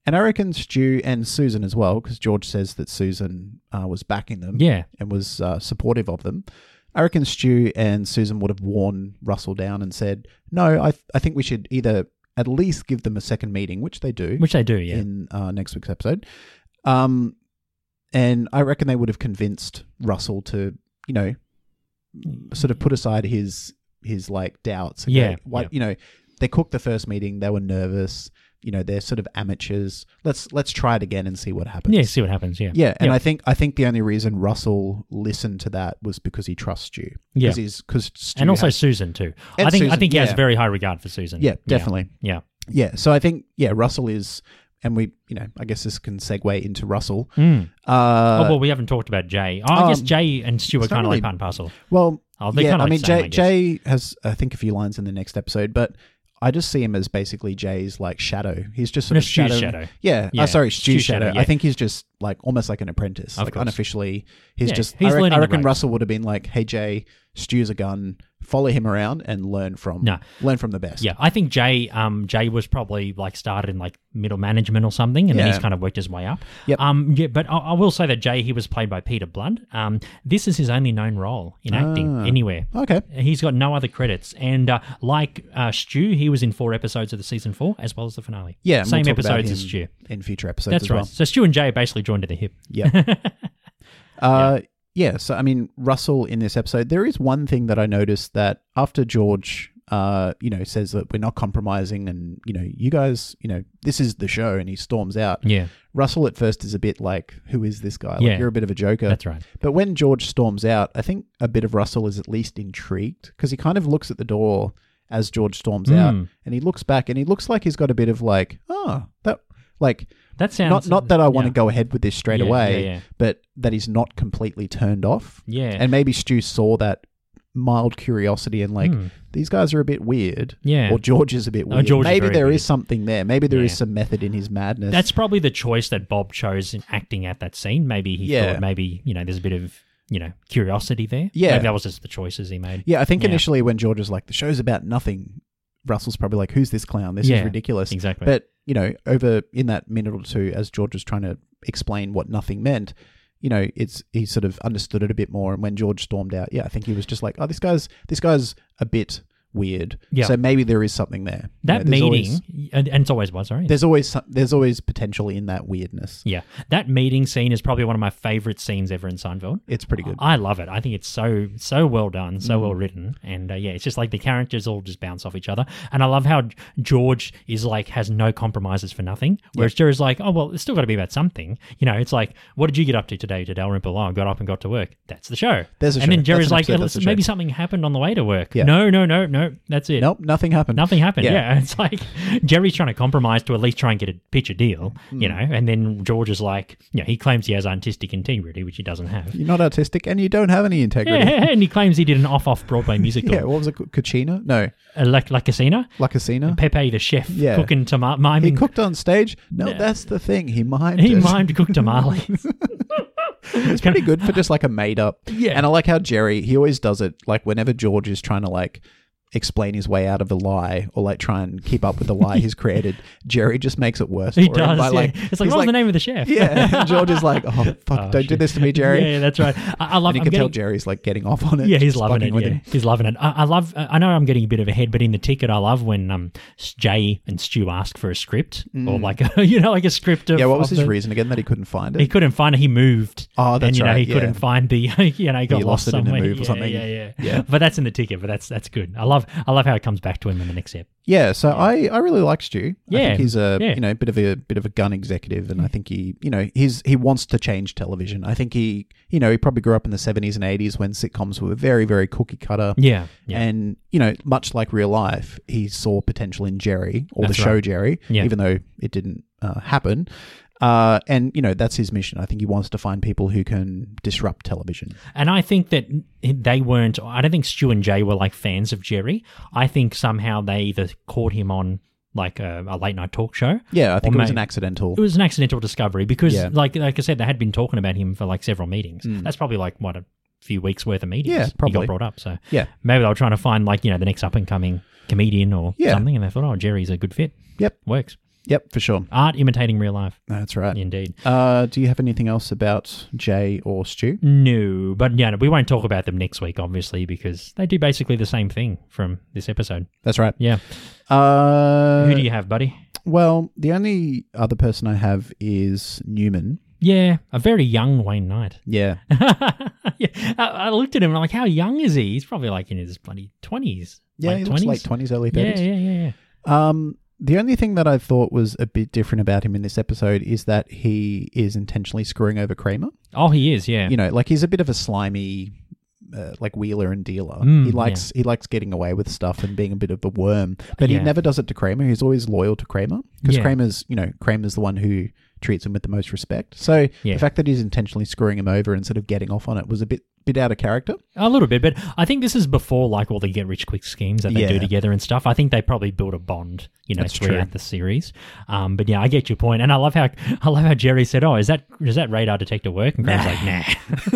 B: And I reckon Stu and Susan as well, because George says that Susan uh, was backing them
A: Yeah.
B: and was uh, supportive of them. I reckon Stu and Susan would have worn Russell down and said, "No, I, th- I think we should either at least give them a second meeting, which they do,
A: which they do, yeah.
B: in uh, next week's episode." Um, and I reckon they would have convinced Russell to, you know, sort of put aside his his like doubts. Okay,
A: Yeah,
B: why,
A: yeah.
B: you know, they cooked the first meeting. They were nervous. You know, they're sort of amateurs. Let's let's try it again and see what happens.
A: yeah, see what happens, yeah.
B: Yeah, and
A: Yep.
B: I think I think the only reason Russell listened to that was because he trusts you.
A: Yeah.
B: because
A: and also Susan too.
B: And
A: I think I
B: Susan,
A: think he has
B: yeah.
A: very high regard for Susan.
B: yeah, definitely, Uh,
A: Yeah.
B: yeah. So I think yeah, Russell is, and we you know I guess this can segue into Russell.
A: Mm. oh
B: Uh,
A: well, we haven't talked about Jay. Oh, I guess
B: um,
A: Jay and Stu are
B: it's not
A: kind of
B: really-
A: like part and parcel.
B: well,
A: Oh, they're
B: yeah,
A: kinda
B: I
A: like
B: mean
A: the same,
B: Jay,
A: I guess.
B: Jay has I think a few lines in the next episode, but I just see him as basically Jay's like shadow. He's just sort
A: No,
B: of
A: Stu's
B: shadowing-
A: shadow.
B: Yeah, uh,
A: Yeah,
B: sorry, Stu's,
A: Stu's
B: shadow.
A: shadow, yeah.
B: I think he's just like almost like an apprentice,
A: Of
B: like
A: course.
B: unofficially. He's
A: Yeah,
B: just.
A: he's
B: I, reckon-
A: learning
B: I
A: the
B: reckon
A: ropes.
B: Russell would have been like, "Hey Jay, Stu's a gun. Follow him around and learn from
A: No.
B: learn from the best."
A: Yeah, I think Jay um Jay was probably like started in like middle management or something, and then
B: Yeah.
A: he's kind of worked his way up.
B: Yep.
A: Um. Yeah, but I, I will say that Jay he was played by Peter Blood. Um. This is his only known role in acting
B: Ah.
A: anywhere.
B: Okay.
A: He's got no other credits, and uh, like uh, Stu, he was in four episodes of the season four as well as the finale.
B: Yeah. and we'll
A: same
B: talk about
A: episodes as
B: him
A: Stu.
B: in future episodes.
A: That's
B: as
A: right.
B: Well.
A: So Stu and Jay are basically joined at the hip. [laughs]
B: Yeah. uh, yeah. So, I mean, Russell in this episode, there is one thing that I noticed that after George, uh, you know, says that we're not compromising and, you know, you guys, you know, this is the show and he storms out.
A: Yeah,
B: Russell at first is a bit like, who is this guy? Like,
A: Yeah.
B: you're a bit of a joker.
A: that's right.
B: But when George storms out, I think a bit of Russell is at least intrigued because he kind of looks at the door as George storms out
A: Mm.
B: and he looks back and he looks like he's got a bit of like, oh, that, like,
A: That sounds
B: not not that I want to
A: yeah.
B: go ahead with this straight
A: Yeah,
B: away,
A: yeah, yeah.
B: but that he's not completely turned off.
A: Yeah.
B: And maybe Stu saw that mild curiosity and like
A: Hmm.
B: these guys are a bit weird.
A: Yeah.
B: Or George is a bit
A: No,
B: weird.
A: George is
B: maybe there
A: very weird.
B: is something there. Maybe there is
A: Yeah.
B: some method in his madness.
A: That's probably the choice that Bob chose in acting at that scene. Maybe he
B: Yeah.
A: thought maybe, you know, there's a bit of, you know, curiosity there.
B: Yeah.
A: Maybe that was just the choices he made.
B: yeah, I think
A: Yeah.
B: initially when George is like, the show's about nothing, Russell's probably like, Who's this clown? This
A: Yeah,
B: is ridiculous.
A: exactly.
B: But, you know, over in that minute or two as George was trying to explain what nothing meant, you know, it's he sort of understood it a bit more and when George stormed out, yeah, I think he was just like, Oh, this guy's this guy's a bit weird.
A: Yeah.
B: So maybe there is something there. You know,
A: That
B: there's
A: meeting,
B: always-
A: and, and it's always one, sorry.
B: there's always some, there's always potential in that weirdness.
A: yeah. That meeting scene is probably one of my favorite scenes ever in Seinfeld.
B: It's pretty good. Mm.
A: I love it. I think it's so so well done, so well written, and uh, yeah, it's just like the characters all just bounce off each other. And I love how G- George is like has no compromises for nothing, whereas Jerry's like, oh well, it's still got to be about something. You know, it's like, what did you get up to today, to Dalrymple? Oh, I got up and got to work. That's the show.
B: There's a
A: and
B: show.
A: then Jerry's
B: That's an
A: like,
B: episode,
A: "Yeah,
B: that's a show."
A: maybe something happened on the way to work.
B: Yeah.
A: No, no, no, no. That's it.
B: nope, nothing happened.
A: Nothing happened.
B: Yeah.
A: Yeah. [laughs] It's like Jerry's trying to compromise to at least try and get a pitch a deal,
B: Mm.
A: you know, and then George is like, you know, he claims he has artistic integrity, which he doesn't have.
B: You're not artistic and you don't have any integrity.
A: Yeah, [laughs] and he claims he did an off-off Broadway musical,
B: [laughs] Yeah, what was it? Kachina? No,
A: uh, like La Casina.
B: La Casina.
A: Pepe the chef
B: Yeah.
A: cooking tama
B: He
A: miming.
B: cooked on stage. No, that's the thing. He mimed.
A: Mm. [laughs] he
B: it.
A: mimed cooked tamales.
B: [laughs]
A: [laughs]
B: It's pretty good for just like a made up.
A: Yeah.
B: And I like how Jerry. He always does it. Like whenever George is trying to like explain his way out of a lie or like try and keep up with the lie
A: [laughs]
B: he's created, Jerry just makes it worse.
A: He
B: for
A: does.
B: him by,
A: yeah.
B: like,
A: it's
B: he's
A: like, what was the name of the chef? [laughs]
B: [laughs] Yeah. And George is like, oh fuck,
A: Oh,
B: don't do
A: shit.
B: this to me, Jerry.
A: [laughs] Yeah, that's right. I, I love.
B: and you
A: I'm
B: can tell
A: getting-
B: Jerry's like getting off on it.
A: Yeah, he's
B: just
A: loving
B: fucking
A: it. yeah. He's loving it. I, I love. I know I'm getting a bit of a head, but in the ticket, I love when um Jay and Stu ask for a script or like a, [laughs] you know like a script. Of,
B: Mm. Yeah, what was
A: of
B: his
A: the-
B: reason again that he couldn't find it?
A: He couldn't find it. He moved.
B: Oh,
A: and,
B: that's
A: you know,
B: right,
A: He couldn't
B: yeah.
A: find the. [laughs] You know, he got
B: lost
A: lost,
B: it in the
A: somewhere.
B: move or
A: yeah,
B: something.
A: Yeah, yeah,
B: Yeah.
A: [laughs] But that's in the ticket. But that's that's good. I love. I love how it comes back to him in the next ep.
B: Yeah, so I, I really like Stu. I
A: Yeah,
B: think he's a
A: yeah.
B: you know bit of a bit of a gun executive, and I think he you know he's he wants to change television. I think he you know he probably grew up in the seventies and eighties when sitcoms were very very cookie cutter.
A: Yeah. Yeah.
B: And you know, much like real life, he saw potential in Jerry or
A: That's
B: the show
A: right.
B: Jerry,
A: Yeah.
B: even though it didn't uh, happen. Uh, and you know that's his mission. I think he wants to find people who can disrupt television.
A: And I think that they weren't. I don't think Stu and Jay were like fans of Jerry. I think somehow they either caught him on like a, a late night talk show.
B: Yeah, I think
A: Or
B: it was
A: may-
B: an accidental.
A: It was an accidental discovery because,
B: Yeah. Mm.
A: like, like I said, they had been talking about him for like several meetings. That's probably like what a few weeks worth of meetings.
B: Yeah,
A: He
B: probably.
A: got brought up, so
B: Yeah.
A: maybe they were trying to find like you know the next up and coming comedian or
B: Yeah.
A: something, and they thought, oh, Jerry's a good fit.
B: Yep.
A: works.
B: Yep, for sure.
A: Art imitating real life.
B: That's right.
A: Indeed.
B: Uh, do you have anything else about Jay or
A: Mm.
B: Stu?
A: No, but yeah, no, we won't talk about them next week, obviously, because they do basically the same thing from this episode.
B: That's right.
A: Yeah.
B: Uh,
A: Who do you have, buddy?
B: well, the only other person I have is Newman.
A: Yeah, a very young Wayne Knight.
B: Yeah.
A: [laughs] yeah, I, I looked at him and I'm like, how young is he? He's probably like in his bloody 20s.
B: Yeah,
A: late
B: he
A: 20s.
B: looks late 20s, early 30s.
A: yeah, yeah, yeah, yeah.
B: Um, the only thing that I thought was a bit different about him in this episode is that he is intentionally screwing over Kramer.
A: Oh, he is, yeah.
B: You know, like he's a bit of a slimy, uh, like wheeler and dealer.
A: Mm,
B: he likes he likes getting away with stuff and being a bit of a worm, but
A: Yeah.
B: he never does it to Kramer. He's always loyal to Kramer because
A: Yeah.
B: Kramer's you know Kramer's the one who treats him with the most respect. So
A: Yeah.
B: the fact that he's intentionally screwing him over and sort of getting off on it was a bit bit out of character.
A: A little bit, but I think this is before like all the get rich quick schemes that they do
B: Yeah.
A: together and stuff. I think they probably built a bond, you know,
B: That's true.
A: throughout the series. Um, but yeah, I get your point, and I love how [laughs] I love how Jerry said, "Oh, is that is that radar detector work?" And Graham's like,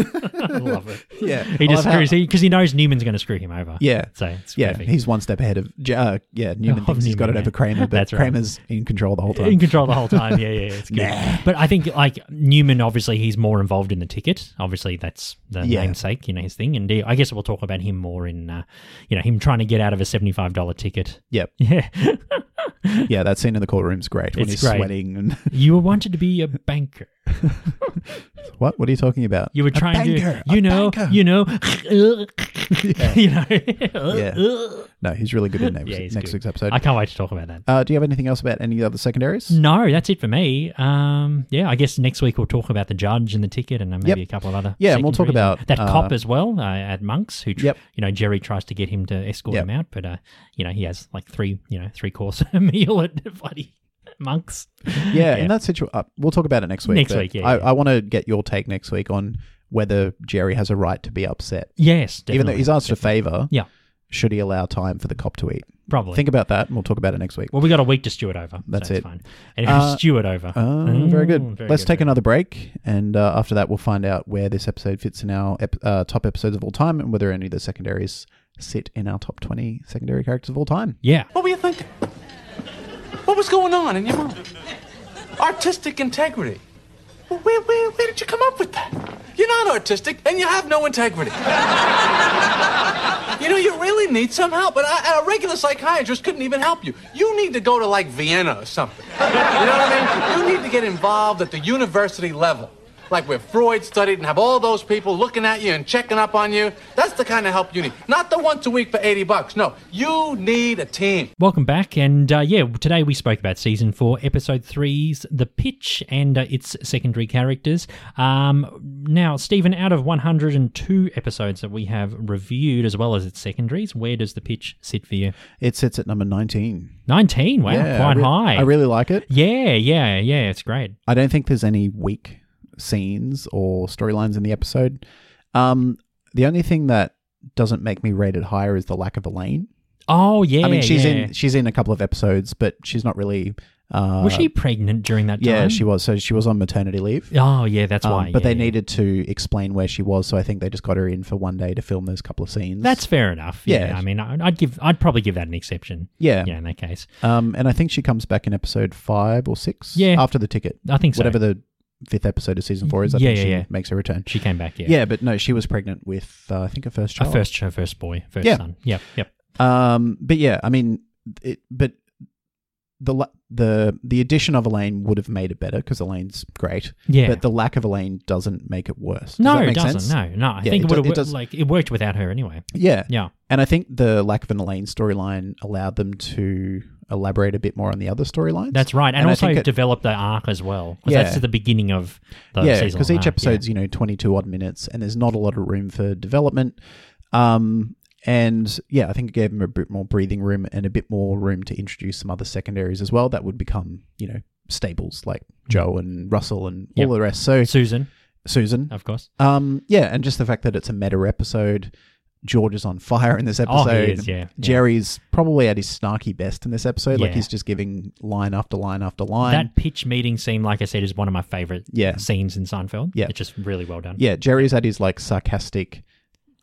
A: "Nah." [laughs] I love it.
B: [laughs] Yeah,
A: He just screws because he, knows Newman's going to screw him over.
B: Yeah.
A: so it's
B: Yeah,
A: perfect.
B: he's one step ahead of J- uh,
A: [laughs]
B: yeah. Newman
A: Of
B: thinks he's got it
A: Newman,
B: over
A: yeah.
B: Kramer, but
A: That's right.
B: Kramer's in control the whole time.
A: in control the whole time. Yeah, yeah, yeah,
B: [laughs]
A: it's good. But I think like Newman, obviously, he's more involved in the ticket. Obviously, that's the
B: Yeah.
A: namesake, you know, his thing. And he- I guess we'll talk about him more in, uh, you know, him trying to get out of a seventy-five dollar ticket. [laughs]
B: Yep.
A: Yeah,
B: Yeah, that scene in the courtroom's great when
A: It's
B: he's
A: great.
B: sweating and
A: you were wanted to be a banker.
B: what? What are you talking about?
A: You were
B: A
A: trying
B: banker,
A: to, you
B: a
A: know,
B: banker.
A: you know, [laughs] you know.
B: Yeah. No, he's really good in
A: [laughs]
B: next,
A: Yeah, he's
B: next
A: good.
B: week's episode.
A: I can't wait to talk about that.
B: Uh, do you have anything else about any other secondaries?
A: No, that's it for me. Um, yeah, I guess next week we'll talk about the judge and the ticket, and uh, maybe
B: Yep.
A: a couple of other.
B: Yeah, and we'll talk
A: secondaries.
B: about,
A: that
B: uh,
A: cop as well uh, at Monks, who tr-
B: Yep.
A: you know Jerry tries to get him to escort
B: Yep.
A: him out, but uh, you know he has like three you know three course [laughs] meal at bloody Monks.
B: Yeah, and that's situ- uh, we'll talk about it next week.
A: Next
B: but
A: week, yeah,
B: I,
A: yeah.
B: I want to get your take next week on whether Jerry has a right to be upset,
A: yes, definitely.
B: even though he's asked a favor.
A: Yeah.
B: should he allow time for the cop to eat?
A: probably.
B: Think about that, and we'll talk about it next week.
A: well, we got a week to steward over.
B: That's
A: so
B: it.
A: It's fine. Anyway,
B: Uh,
A: steward over.
B: Uh, very
A: Mm,
B: good.
A: very
B: Let's
A: good,
B: take
A: very
B: another break, and uh, after that, we'll find out where this episode fits in our ep- uh, top episodes of all time, and whether any of the secondaries sit in our top twenty secondary characters of all time.
A: good. Yeah.
G: What were you thinking? What was going on in your mind? Artistic integrity. Well, Where, where, where did you come up with that? You're not artistic, and you have no integrity. you know, you really need some help, but I, a regular psychiatrist couldn't even help you. You need to go to, like, Vienna or something. You know what I mean? You need to get involved at the university level. Like where Freud studied and have all those people looking at you and checking up on you. That's the kind of help you need. Not the once a week for 80 bucks. No, you need a team.
A: Welcome back, and uh, yeah, today we spoke about season four, episode three's "The Pitch" and uh, its secondary characters. Um, now, Stephen, out of 102 episodes that we have reviewed, as well as its secondaries, where does "The Pitch" sit for you?
B: It sits at number 19.
A: 19. Wow,
B: I
A: quite
B: re-
A: high.
B: I really like it.
A: yeah, yeah, yeah. It's great.
B: I don't think there's any weak scenes or storylines in the episode. Um, the only thing that doesn't make me rate it higher is the lack of Elaine.
A: Oh yeah.
B: I mean, she's
A: yeah.
B: in she's in a couple of episodes, but she's not really. Uh,
A: Was she pregnant during that time?
B: Yeah, she was. So she was on maternity leave.
A: Oh yeah, that's
B: Um,
A: why.
B: but
A: yeah,
B: they
A: yeah.
B: needed to explain where she was, so I think they just got her in for one day to film those couple of scenes.
A: That's fair enough. Yeah,
B: Yeah.
A: I mean, I- I'd give, I'd probably give that an exception.
B: yeah.
A: Yeah, in that case.
B: Um, and I think she comes back in episode five or six.
A: Yeah.
B: after the ticket.
A: I think so.
B: whatever the fifth episode of season four is. I
A: Yeah,
B: think
A: yeah,
B: she
A: yeah.
B: makes her return.
A: She came back.
B: Yeah. but no, she was pregnant with uh, I think her first
A: Her
B: child.
A: first, her first boy, first
B: Yeah.
A: son. Yep, yep.
B: Um, but yeah, I mean, it, but the la- the the addition of Elaine would have made it better because Elaine's great.
A: Yeah.
B: but the lack of Elaine doesn't make it worse. Does
A: no,
B: that
A: it
B: make
A: doesn't.
B: sense?
A: No, no. I
B: Yeah,
A: think
B: it
A: it would
B: do- it
A: have
B: does-
A: like it worked without her anyway.
B: Yeah,
A: Yeah.
B: And I think the lack of an Elaine storyline allowed them to elaborate a bit more on the other storylines.
A: That's right, and,
B: I
A: also
B: think it-
A: develop the arc as well. 'cause
B: Yeah.
A: that's the beginning of the
B: yeah,
A: season
B: because each
A: arc,
B: episode's
A: yeah.
B: you know twenty two odd minutes, and there's not a lot of room for development. Um, and yeah, I think it gave them a bit more breathing room and a bit more room to introduce some other secondaries as well that would become you know staples like Joe and Russell and
A: Mm. Yep.
B: all the rest. So
A: Susan,
B: Susan,
A: of course.
B: um, yeah, and just the fact that it's a meta episode. George is on fire in this
A: Oh,
B: episode.
A: he is, yeah, yeah.
B: Jerry's probably at his snarky best in this episode. Like
A: Yeah.
B: he's just giving line after line after line.
A: That pitch meeting scene, like I said, is one of my favorite
B: Yeah.
A: scenes in Seinfeld.
B: Yeah.
A: it's just really well done.
B: yeah, Jerry's at his like sarcastic,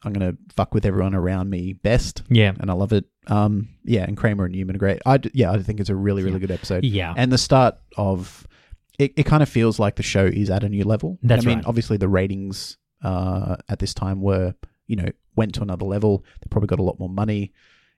B: I'm gonna fuck with everyone around me best.
A: Yeah.
B: and I love it. Um, yeah, and Kramer and Newman are great. I d- yeah, I think it's a really really good episode.
A: Yeah.
B: and the start of it, it kind of feels like the show is at a new level. And
A: That's
B: I mean,
A: right.
B: obviously the ratings uh, at this time were you know went to another level. They probably got a lot more money.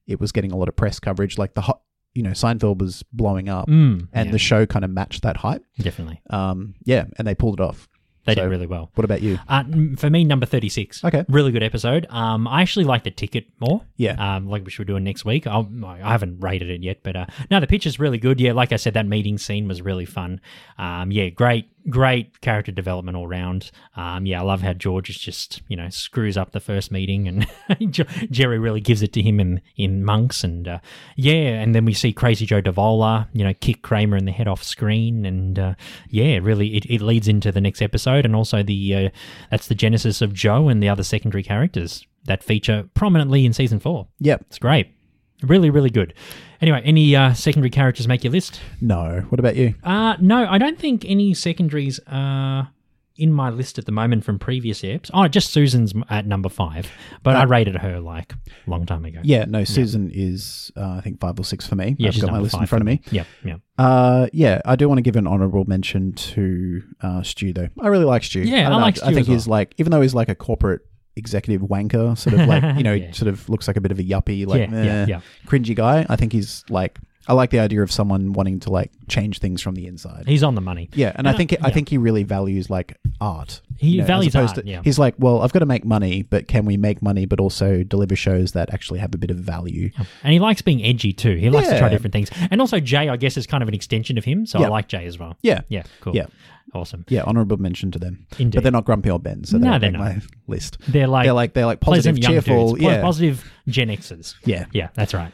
B: It was getting a lot of press coverage. Like the hot, you know, Seinfeld was blowing up,
A: Mm,
B: and
A: yeah.
B: the show kind of matched that hype.
A: Definitely.
B: Um, yeah, and they pulled it off.
A: They
B: So-
A: did really well.
B: What about you?
A: Uh, n- for me, number 36.
B: Okay.
A: Really good episode. Um, I actually like the ticket more.
B: Yeah.
A: Um, like which we're doing next week. I'll, I haven't rated it yet, but uh, no, the picture's really good. Yeah, like I said, that meeting scene was really fun. Um, yeah, great, great character development all round. Um, yeah, I love how George is just, you know, screws up the first meeting and [laughs] Jer- Jerry really gives it to him in, in Monks. And uh, yeah, and then we see Crazy Joe Davola, you know, kick Kramer in the head off screen. And uh, yeah, really, it, it leads into the next episode. And also, the uh, that's the genesis of Joe and the other secondary characters that feature prominently in season four.
B: Yeah,
A: It's great. Really, really good. Anyway, any uh, secondary characters make your list?
B: no. What about you?
A: Uh, no, I don't think any secondaries are in my list at the moment from previous eps. Oh, just Susan's m- at number five, but I rated her like long time ago.
B: Uh, Yeah, no. Susan is uh, I think five or six for me.
A: yeah,
B: I've
A: she's
B: got my
A: number
B: list
A: five
B: in front of
A: for
B: me.
A: Yep, yep.
B: Uh, yeah, I do want to give an honourable mention to uh, Stu though. I really like Stu.
A: Yeah, I
B: don't know,
A: like Stu
B: I think
A: as well.
B: he's like, even though he's like a corporate executive wanker, sort
A: [laughs]
B: of like you know,
A: Yeah.
B: sort of looks like a bit of a yuppie, like
A: Yeah, yeah,
B: eh,
A: yeah.
B: cringy guy. I think he's like, I like the idea of someone wanting to like change things from the inside.
A: He's on the money.
B: yeah, and I think I think he really values like art.
A: He
B: as
A: values
B: opposed
A: art, yeah.
B: He's like, well, I've got to make money, but can we make money but also deliver shows that actually have a bit of value?
A: And he likes being edgy too. He likes to try
B: Yeah.
A: different things. And also, Jay, I guess, is kind of an extension of him. So I
B: Yeah.
A: like Jay as well.
B: Yeah.
A: Yeah, cool.
B: Yeah.
A: Awesome.
B: Yeah, honourable mention to them.
A: Indeed.
B: But they're not grumpy old Ben, so they
A: No,
B: don't
A: they're
B: make
A: not.
B: my list.
A: They're like
B: they're like they're like positive,
A: pleasant young
B: cheerful.
A: dudes, pl-
B: yeah.
A: positive Gen Xers.
B: Yeah.
A: yeah, that's right.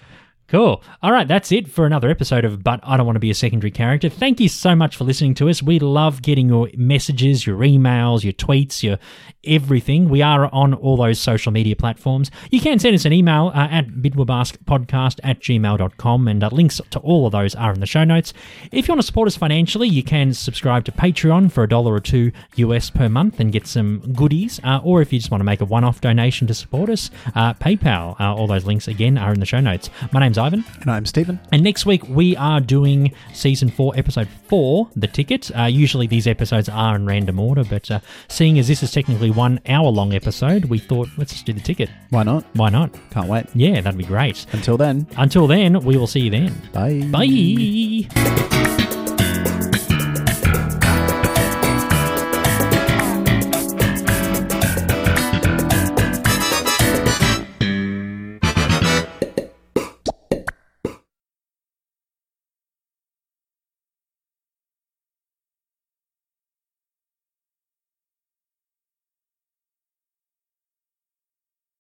A: Cool. All right, that's it for another episode of But I Don't Want to Be a Secondary Character. Thank you so much for listening to us. We love getting your messages, your emails, your tweets, your everything. We are on all those social media platforms. You can send us an email uh, at bidwabaskpodcast at gmail.com, and uh, links to all of those are in the show notes. If you want to support us financially, you can subscribe to Patreon for a dollar or two US per month and get some goodies. Uh, or if you just want to make a one off donation to support us, uh, PayPal, uh, all those links again are in the show notes. My name's Ivan.
B: and I'm Stephen.
A: And next week we are doing season four, episode four, the ticket. Uh, usually these episodes are in random order, but uh, seeing as this is technically one hour long episode, we thought let's just do the ticket.
B: Why not?
A: Why not?
B: Can't wait.
A: Yeah, that'd be great.
B: Until then,
A: Until then, we will see you then.
B: bye.
A: Bye.